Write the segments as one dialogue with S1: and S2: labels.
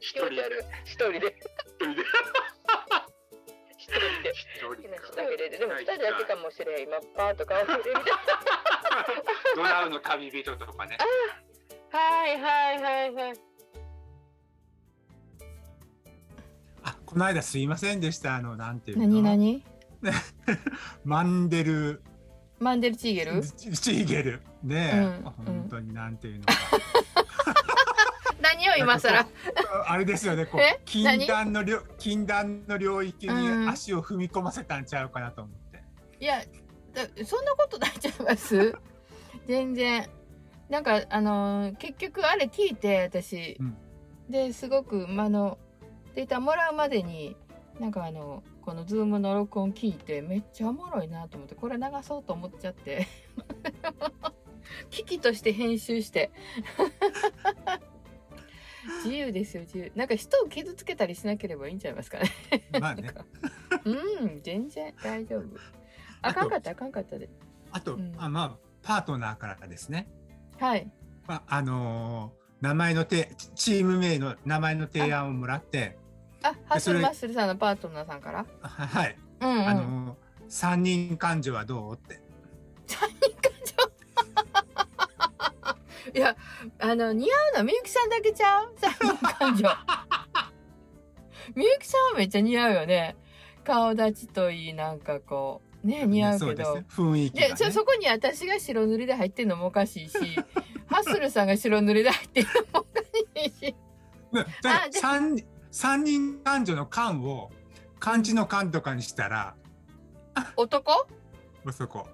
S1: 一人で
S2: 一
S1: 一人
S2: 人で
S1: で
S2: 一人で
S1: 一人
S2: 好き
S1: で
S2: な人だけででも二人だけかもしれん今パーとかわってみたい
S1: ドラウの旅人とかね
S2: はいはいはいはい
S3: あこの間すいませんでしたあのなんていうの
S4: 何何
S3: マンデル
S4: マンデルチーゲル
S3: チチーゲルねえ、
S4: うん
S3: 本当になんて いうの
S4: 何を今更
S3: かあれですよねこ
S4: え
S3: う禁断の領禁断の領域
S4: うん
S3: に足を踏み込ませたんちゃうかなと思って、
S4: いやだそんなことないちゃいます全然なんかあのー結局あれ聞いて私、
S3: うん
S4: ですごく、まああのデータもらうまでになんかあのこのズームの録音聞いてめっちゃおもろいなと思ってこれ流そうと思っちゃって 機器として編集して自由ですよ自由なんか人を傷つけたりしなければいいんちゃいますかね
S3: まあ ね
S4: うん、全然大丈夫。あ
S3: あと
S4: かんかった、あかんかったで。
S3: あと、
S4: うん
S3: あまあパートナーからですね、
S4: はい。
S3: まあ、あのー名前のてチーム名の名前の提案をもらって
S4: あ、ハッス
S3: そ
S4: ル
S3: れ
S4: マッスルさんのパートナーさんから。
S3: あははい、
S4: うん、うん。
S3: あのー三人感情はどうって
S4: 三人感情。いや、あの、似合うのはみゆきさんだけちゃう 三人感情。みゆきさんはめっちゃ似合うよね。顔立ちといい、なんかこう。ね、似合う
S3: そ
S4: け
S3: うです
S4: ど
S3: ね。雰囲気が、
S4: で、
S3: ね、
S4: そ、そこに私が白塗りで入ってんのもおかし いし、ハッスルさんが白塗りで入ってんのもおかしいし。
S3: ねだから
S4: あで
S3: 三人三人感情の感を漢字の感とかにしたら
S4: 男
S3: もうそこ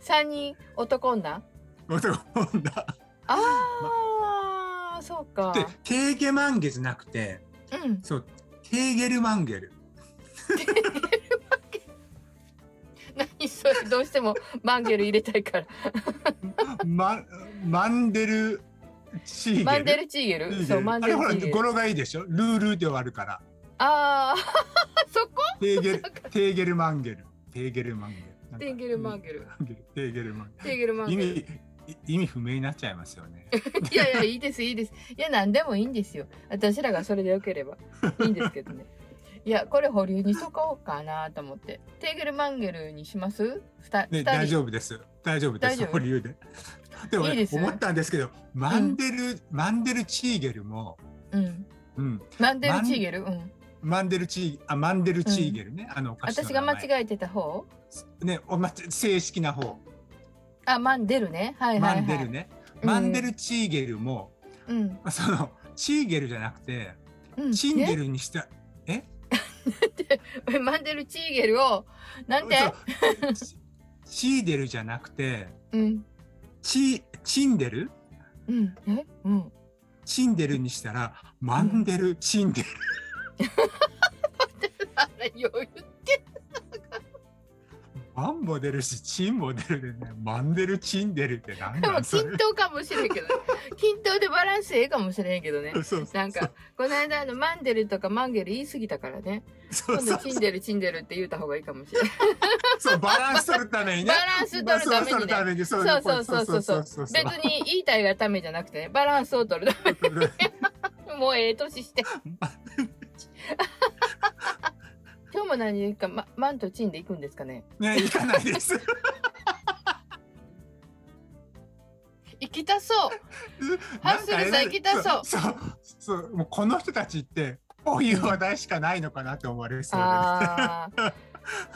S4: 三人男女
S3: 男女
S4: ああ、そうか。
S3: でケーゲマンゲじゃなくて
S4: うん。
S3: そうケーゲルマンゲル
S4: 何それどうしてもマンゲル入れたいから。
S3: ママンデルチーゲル
S4: マンデルチーゲル。そうマン
S3: あれ
S4: デル
S3: ほら
S4: チーゲ
S3: 語
S4: ル。
S3: 呂がいいでしょルールで終わるから
S4: ああ、そこ
S3: テー ゲルテーゲルマンゲルテーゲルマンゲルなんか
S4: テーゲルマンゲ
S3: テ
S4: ル。
S3: ーゲルマン
S4: テーゲルマン
S3: ゲ
S4: ゲ
S3: ル意
S4: ル。
S3: 味意味不明になっちゃいますよね
S4: いやいやいいですいいです。いや何でもいいんですよ。私らがそれでよければいいんですけどね。いやこれ保留にしとこうかなと思って。テーゲルマンゲルにします？ふた
S3: ね
S4: 二人。
S3: 大丈夫です大丈夫で
S4: 大丈
S3: す
S4: 夫
S3: 保留ででもね
S4: いいですよ
S3: 思ったんですけどマンデル、マンデルチーゲルも
S4: うん。
S3: うん
S4: マンデルチーゲル。うん。
S3: マンデルチーあマンデルチーゲルね、あのお菓子の
S4: 私が間
S3: え
S4: 違えてた方？
S3: ねおま正式な方
S4: あマンデルね。はいはい
S3: マ
S4: はい。
S3: ンデルね、
S4: うん
S3: マンデルチーゲルも
S4: うん。
S3: そのチーゲルじゃなくて
S4: うん。
S3: チンゲルにしたえ
S4: え マンデルチーゲルをなんて
S3: そうチチーデルじゃなくて
S4: うん
S3: チチンデル
S4: うんえうん
S3: チンデルにしたらマンデルチンデル、
S4: あれ余裕
S3: マンも出るしチンも出るでねマンデルチンデルってなん
S4: でも
S3: だそれ
S4: 均等かもしれん けどね均等でバランスええかもしれんけどね
S3: そう
S4: なんかこの間あのマンデルとかマンゲル言い過ぎたからね
S3: そう
S4: 今
S3: そ
S4: 度
S3: う
S4: チンデルチンデルって言うた方がいいかもしれない
S3: そうバランス取るためにね
S4: バランス取るためにね
S3: そうそうためにそ
S4: そうそうそうそうそう
S3: そう
S4: 別に言いたいがためじゃなくてねバランスを取る もうええ 年して今日も何か、ま、マンとチンで行くんですかね
S3: ね行かないです
S4: 行きたそう ハッスルさん
S3: なんかね
S4: 行きたそう
S3: そうそうもうこの人たちってこういう話題しかないのかなって思われそうで
S4: ああ。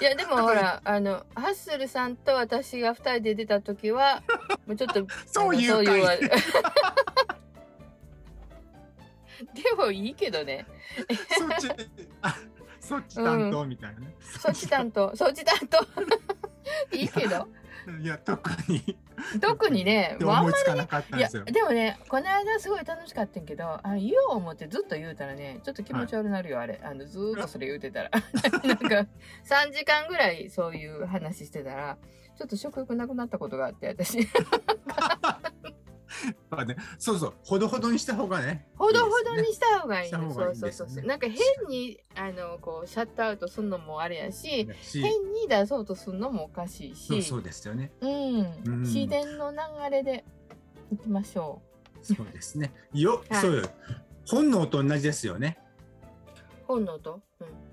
S4: いやでもほらあのハッスルさんと私が二人で出た時はもうちょっと
S3: そういう
S4: あの
S3: 会
S4: でもいいけどね
S3: そっち、あ、そっち担当みたいなね。
S4: そっち担当そっち担当 いいけど
S3: いや、特に。
S4: 特にね
S3: って
S4: もうあん
S3: 思
S4: ま
S3: いつかなかったん
S4: いや
S3: ですよ。
S4: でもねこの間すごい楽しかったんやけどあ言おう思ってずっと言うたらねちょっと気持ち悪なるよ、あれあのずーっとそれ言うてたら なんか3時間ぐらいそういう話してたらちょっと食欲なくなったことがあっ て私
S3: やっぱねそうそう、ほどほどにした方がね。
S4: ほどほど
S3: いい
S4: に
S3: で
S4: した方がいい
S3: した
S4: の
S3: 方
S4: そ
S3: がいういん
S4: そう
S3: です
S4: そ
S3: よね
S4: うそうなんか変にあのこうシャットアウトすんのもあれやし
S3: す
S4: 変
S3: ね。し
S4: に出そうとすんのもおかしい
S3: そう
S4: し
S3: そうですよね。
S4: うん
S3: うん
S4: 自然の流れでいきましょう
S3: そうですね。よ、
S4: はい
S3: そうよ。本能と同じですよね。
S4: 本能と、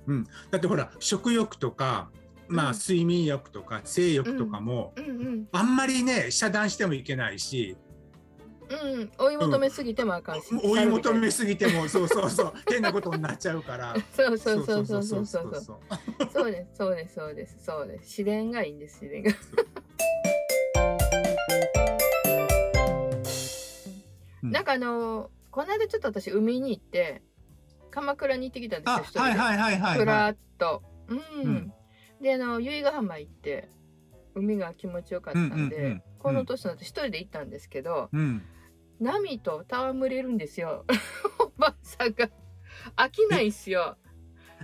S4: うん、
S3: だってほら、食欲とか、まあ、
S4: うん
S3: 睡眠欲とか、性欲とかも、
S4: うんうん
S3: あんまりね、遮断してもいけないし、
S4: うん追い求めすぎてもあかんし、
S3: 追い求めすぎても、そうそうそう、変なことになっちゃうから。
S4: そうそうそうそうそうそうそう
S3: う。
S4: そうですそうですそうですそうです自然がいいんです自然が
S3: うん
S4: なんかあのこの間ちょっと私海に行って鎌倉に行ってきたんですよ
S3: あ、は
S4: 一人で
S3: いはいはいはい、
S4: ふら
S3: は
S4: ーっとうん、
S3: うん
S4: であの由比ヶ浜行って海が気持ちよかったんで、
S3: うんうんうん
S4: この年になって一人で行ったんですけど、
S3: い。うん。
S4: 波と戯れるんですよ おばさんが飽きないっすよ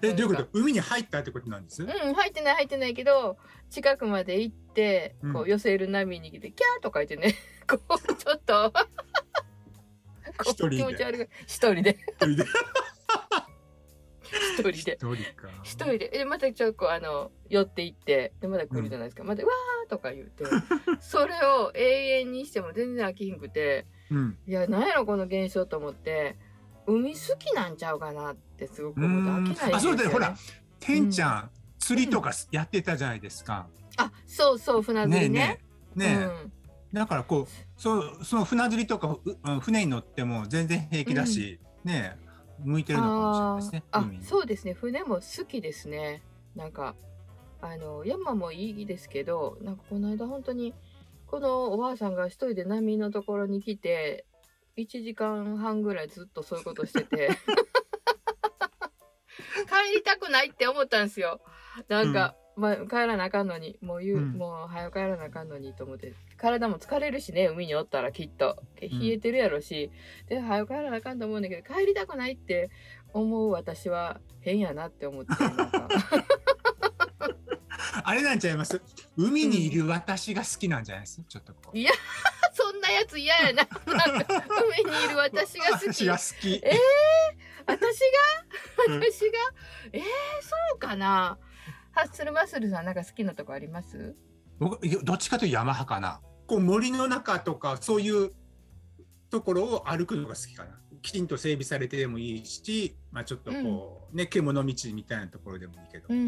S3: え、どういうこと、海に入ったってことなんです。
S4: うん入ってない入ってないけど近くまで行ってこ
S3: うん
S4: う寄せる波に来て、キャーとか言ってね こうちょっと
S3: 一人で
S4: 気持ち悪い一人で
S3: それで
S4: 一人
S3: 一
S4: で
S3: 人か。
S4: 一人ででまたちょっとこうあの寄って行ってでまだ来るじゃないですか、また「わー」とか言う てそれを永遠にしても全然飽きひんくて
S3: うん。
S4: いや何やろこの現象と思って海好きなんちゃうかなってすごく思って飽きないんですよ、
S3: うんあそう
S4: ね、
S3: だよほらてんちゃん、釣りとかやってたじゃないですか。
S4: あそうそう船釣りね
S3: ねえねえ。ねえ
S4: うん
S3: だからこうそうその船釣りとかううん船に乗っても全然平気だし、ねえ向いてるのかもしれないですね
S4: あーあ
S3: 海に。
S4: そうですね船も好きですねなんかあの山もいいですけどなんかこの間本当にこのおばあさんが一人で波のところに来て1時間半ぐらいずっとそういうことしてて 帰りたくないって思ったんですよなんか、まあ、帰らなあかんのにもう言う、
S3: うん
S4: もう早く帰らなあかんのにと思って体も疲れるしね海におったらきっと冷えてるやろし、で早く帰らなあかんと思うんだけど帰りたくないって思う私は変やなって思ってなんか
S3: あれなんちゃいます海にいる私が好きなんじゃないですちょっとこう。
S4: そんなやつ嫌やななんか海にいる私が好き
S3: 私が好き。
S4: え私が
S3: うん
S4: 私がえー、そうかなハッスルマッスルさんなんか好きなとこあります
S3: 僕いやどっちかというと山派かな。こう森の中とかそういうところを歩くのが好きかな。きちんと整備されてでもいいし、まあちょっとこう、ね獣道みたいなところでもいいけど。
S4: うん
S3: うん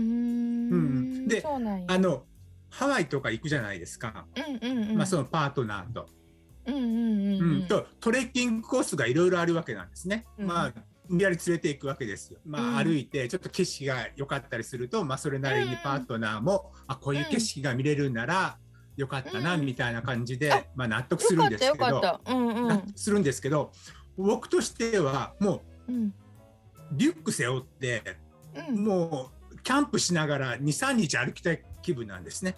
S3: うんで
S4: そうなんや
S3: あのハワイとか行くじゃないですか。
S4: うんうんうん
S3: まあそのパートナーと。
S4: うんうんうん
S3: うん、とトレッキングコースがいろいろあるわけなんですね。
S4: うん
S3: まあ無理やり連れていくわけですよ。まあ、
S4: うん
S3: 歩いてちょっと景色が良かったりすると、まあ、それなりにパートナーも、あこういう景色が見れるならよかったな、
S4: うん
S3: みたいな感じで、
S4: あ
S3: まあ、納得す
S4: よ
S3: る
S4: か
S3: ん
S4: っ
S3: で
S4: た
S3: す
S4: よ
S3: けど
S4: かったうんうん
S3: 納得するんですけど僕としてはも
S4: うん
S3: うリュック背負って
S4: うん
S3: もうキャンプしながら23日歩きたい気分なんですね。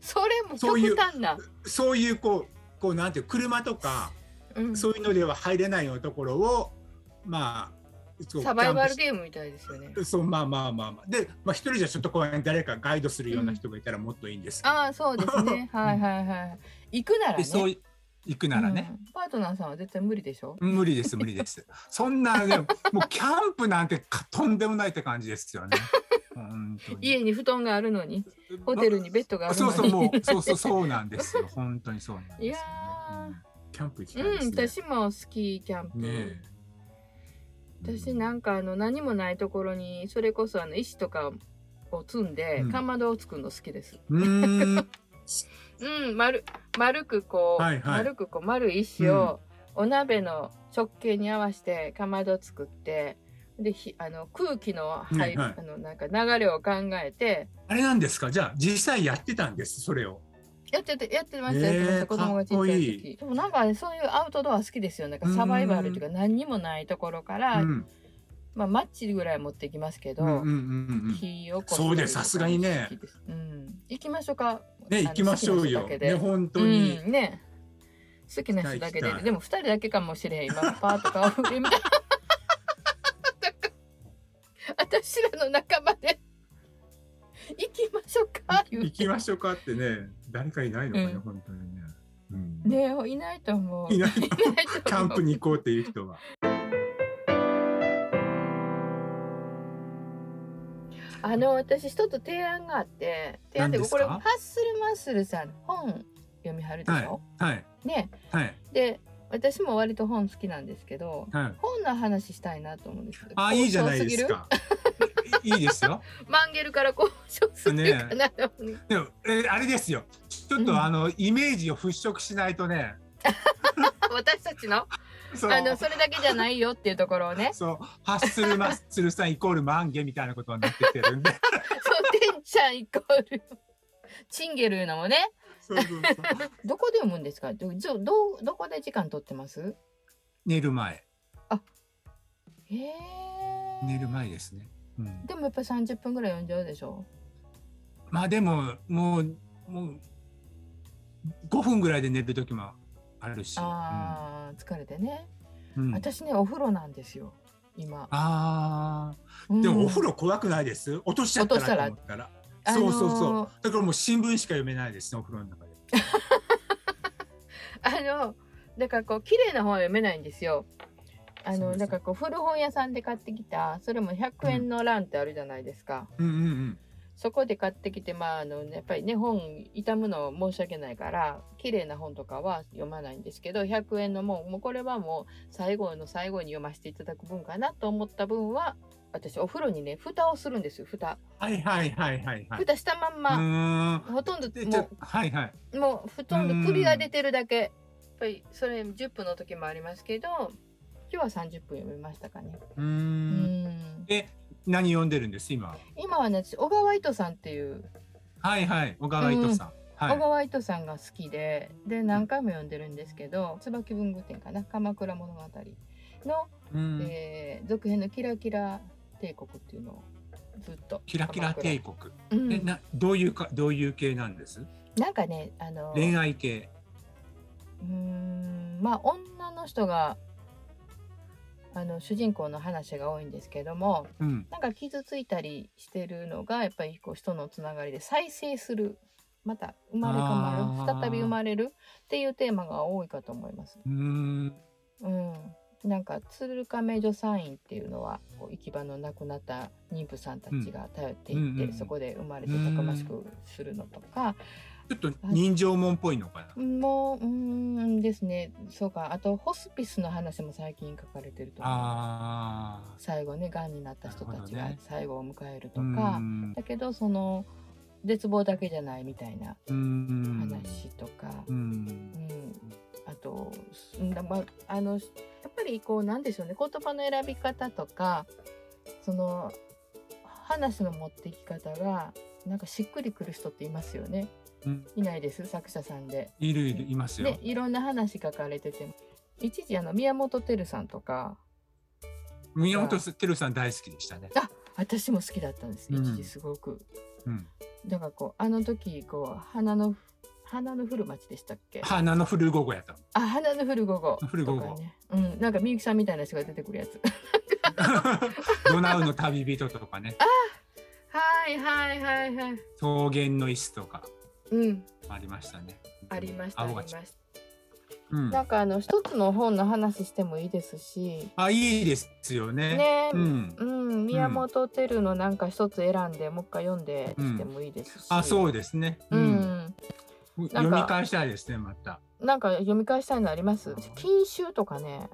S4: それも
S3: そういう
S4: 極端な
S3: そういうこうこうなんていう車とか
S4: うん
S3: そういうのでは入れないようなところをまあそう
S4: サバイバ
S3: キャンプ
S4: ル
S3: し
S4: ゲームみたいですよね
S3: そうまあまあまあまあで、まあ、一人じゃちょっと公園誰かガイドするような人がいたらもっといいんですけど、
S4: ああそうですねはいはいはい行くなら
S3: で
S4: ね
S3: そうい行くならね、
S4: うんパートナーさんは絶対無理でしょ
S3: 無理です無理ですそんなねもうキャンプなんてかとんでもないって感じです よね本当に
S4: 家に布団があるのにホテルにベッドがあるの
S3: そう
S4: に
S3: そうもうそうそうそうなんです よ本当にそうなんですよ、ね、
S4: いやー
S3: うんキャンプ行きたい
S4: うん
S3: です
S4: 私もスキーキャンプ、
S3: ね,、ねえ
S4: 私なんかあの何もないところにそれこそあの石とかを積んで、
S3: うん
S4: かまどを作るの好きです
S3: うーん
S4: うん丸丸くこう、
S3: はいはい
S4: 丸くこう丸い石をお鍋の直径に合わせてかまど作ってでひあの空気の入、
S3: はいはい
S4: あのなんか流れを考えて
S3: あれなんですかじゃあ実際やってたんですそれを
S4: やっててやってましたよ、
S3: ねえ
S4: やってました子供がちっちゃい時
S3: かっこ
S4: でもなんかねそういうアウトドア好きですよなんかサバイバルっていうか何にもないところから、
S3: うん
S4: まあマッチぐらい持ってきますけど、
S3: うんうんうんうん
S4: 火を
S3: そうですさすがにね
S4: 好きですうん、行きましょうか
S3: ね行きましょう
S4: あ
S3: よ
S4: の好きな人だけで
S3: ね本当に、
S4: うん、ね好きな人だ
S3: 行きたい
S4: けで
S3: 行きたい
S4: でも二人だけかもしれん今パーとかをみたいな 私らの仲間で行きましょうか言う て
S3: 行きましょうかってね誰かいないのかね、
S4: うん
S3: 本当にね、うん
S4: ねいないと思う
S3: いない
S4: い ないと思う
S3: キャンプに行こうっていう人は
S4: あの私一つ提案があって提案っていうかこれ
S3: 何
S4: ハ
S3: で
S4: ッスルマッスルさん本読みはるでしょ、
S3: はい
S4: ね
S3: はい
S4: で私も割と本好きなんですけど
S3: はい。
S4: 本の話したいなと思うんですけど
S3: あいいじゃないです
S4: 交渉
S3: か。いいいですよ。
S4: ぎる マンゲルから交渉するかなと思う、
S3: でも、えーあれですよ。ちょっ
S4: うん
S3: とあの、イメージを払拭しないとね。
S4: 私たちの
S3: そう
S4: あのそれだけじゃないよっていうところ をね
S3: そうハッスルマッスルさんイコール満月みたいなことになってきてるんで。
S4: そうてんちゃんイコールチンゲルいうのもね
S3: そうそうそう
S4: どこで読むんですかどどどこで時間取ってます
S3: 寝る前
S4: へえ、
S3: 寝る前ですね。うん、
S4: でもやっぱり30分ぐらい読んじゃうでしょ
S3: まあでももうもう5分ぐらいで寝る時もあるし。
S4: あー疲れてね、
S3: うんうん
S4: 私ねお風呂なんですよ今
S3: あーでもお風
S4: 呂
S3: 呂怖くないです落としちゃった
S4: 落とした
S3: ら
S4: ら
S3: と思ったらそうそうそう、
S4: あのー
S3: だからもう新聞しか読めないですねお風呂の中で
S4: あのだからこう綺麗な本は読めないんですよあ
S3: そう
S4: の
S3: ですね
S4: だからこう古本屋さんで買ってきたそれも100円の欄ってあるじゃないですか、
S3: うんうんうん
S4: そこで買ってきてまああのやっぱりね本傷むの申し訳ないから綺麗な本とかは読まないんですけど100円のもうもうこれはもう最後の最後に読ませていただく分かなと思った分は私お風呂にね蓋をするんですよ蓋
S3: はいはいはいはいはい。
S4: 蓋したまん
S3: う
S4: ま、
S3: ーん
S4: ほとん
S3: で
S4: ど
S3: ちょ
S4: も
S3: はいはい。
S4: うもう布団で首が出てるだけやっぱりそれ10分の時もありますけど今日は30分読みましたかね
S3: うー。
S4: うんん
S3: で何読んでるんです今。
S4: 今はね私小川糸さんっていう
S3: はいはい小川糸さん。
S4: 小
S3: はい。
S4: 川糸さんが好きでで何回も読んでるんですけど「椿文具店」かな「鎌倉物語の」
S3: うん
S4: えー続編の「キラキラ帝国」っていうのをずっと
S3: キラキラ帝
S4: 国、
S3: 国。
S4: うん
S3: えなどういうかどういう系なんです？
S4: なんかねあの
S3: 恋愛系。
S4: うーんまあ女の人があの主人公の話が多いんですけども
S3: うん。
S4: なんか傷ついたりしてるのがやっぱりこう人のつながりで再生するまた生まれ変わ
S3: あー
S4: る再び生まれるっていうテーマが多いかと思います。
S3: うーん。
S4: うん、なんか鶴亀助産院っていうのはこう行き場のなくなった妊婦さんたちが頼ってい
S3: う
S4: って、
S3: んうんうん
S4: そこで生まれてたくましくするのとか、
S3: ちょっと人情もんっぽいのかな。
S4: もううーんですねそうかあとホスピスの話も最近書かれてると思いま
S3: あ
S4: す最後ねがんになった人
S3: な
S4: た
S3: るほ
S4: ち
S3: ど
S4: が
S3: ね
S4: 最後を迎える
S3: あ。
S4: と
S3: う
S4: か、
S3: ん。
S4: だけどその絶望だけじゃないみたいな
S3: うん。
S4: 話とか。
S3: うん
S4: う。ん、あと、うんだまあのやっぱりこうなんでしょうね言葉の選び方とかその話の持っていき方がなんかしっくりくる人っていますよね。
S3: うん
S4: いないです作者さんで。
S3: いるいるいますよ。
S4: ねいろんな話書かれてて一時あの宮本照さんとか
S3: 宮本てるさん大好きでしたね。
S4: 私も好きだったんです
S3: うん
S4: 一時すごく。
S3: うん。
S4: だからこうあの時こう花の花の降る町でしたっけ
S3: 花のフルゴゴやった。
S4: あ花の降る午後とか
S3: 降る午後
S4: ね。うんなんかみゆきさんみたいな人が出てくるやつ。
S3: ドナウの旅人とかね、
S4: はいはいはいはい。
S3: 草原の椅子とか
S4: うん、
S3: ありましたね。
S4: ありました。あり
S3: 青
S4: ま
S3: が
S4: し
S3: ち
S4: た。
S3: うん。
S4: なんかあの一つの本の話してもいいですし。
S3: あ、いいですよね。
S4: ね
S3: う。ん。
S4: うん、宮本照のなんか一つ選んで、もう一回読んでしてもいいですし。
S3: あ、
S4: う。
S3: そうですね。
S4: う
S3: うん。
S4: ん、か
S3: 読み返したいですね、また。
S4: なんか読み返したいのあります。禁酒とかね。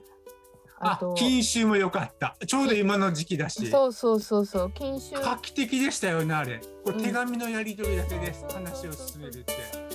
S4: あ
S3: あ
S4: と。、
S3: 禁酒も良かった。ちょうど今の時期だし。
S4: そうそうそうそう、禁酒。
S3: 画期的でしたよね、あれ。これ
S4: うん
S3: 手紙のやり取りだけです。
S4: そうそうそう
S3: 話を進めるって。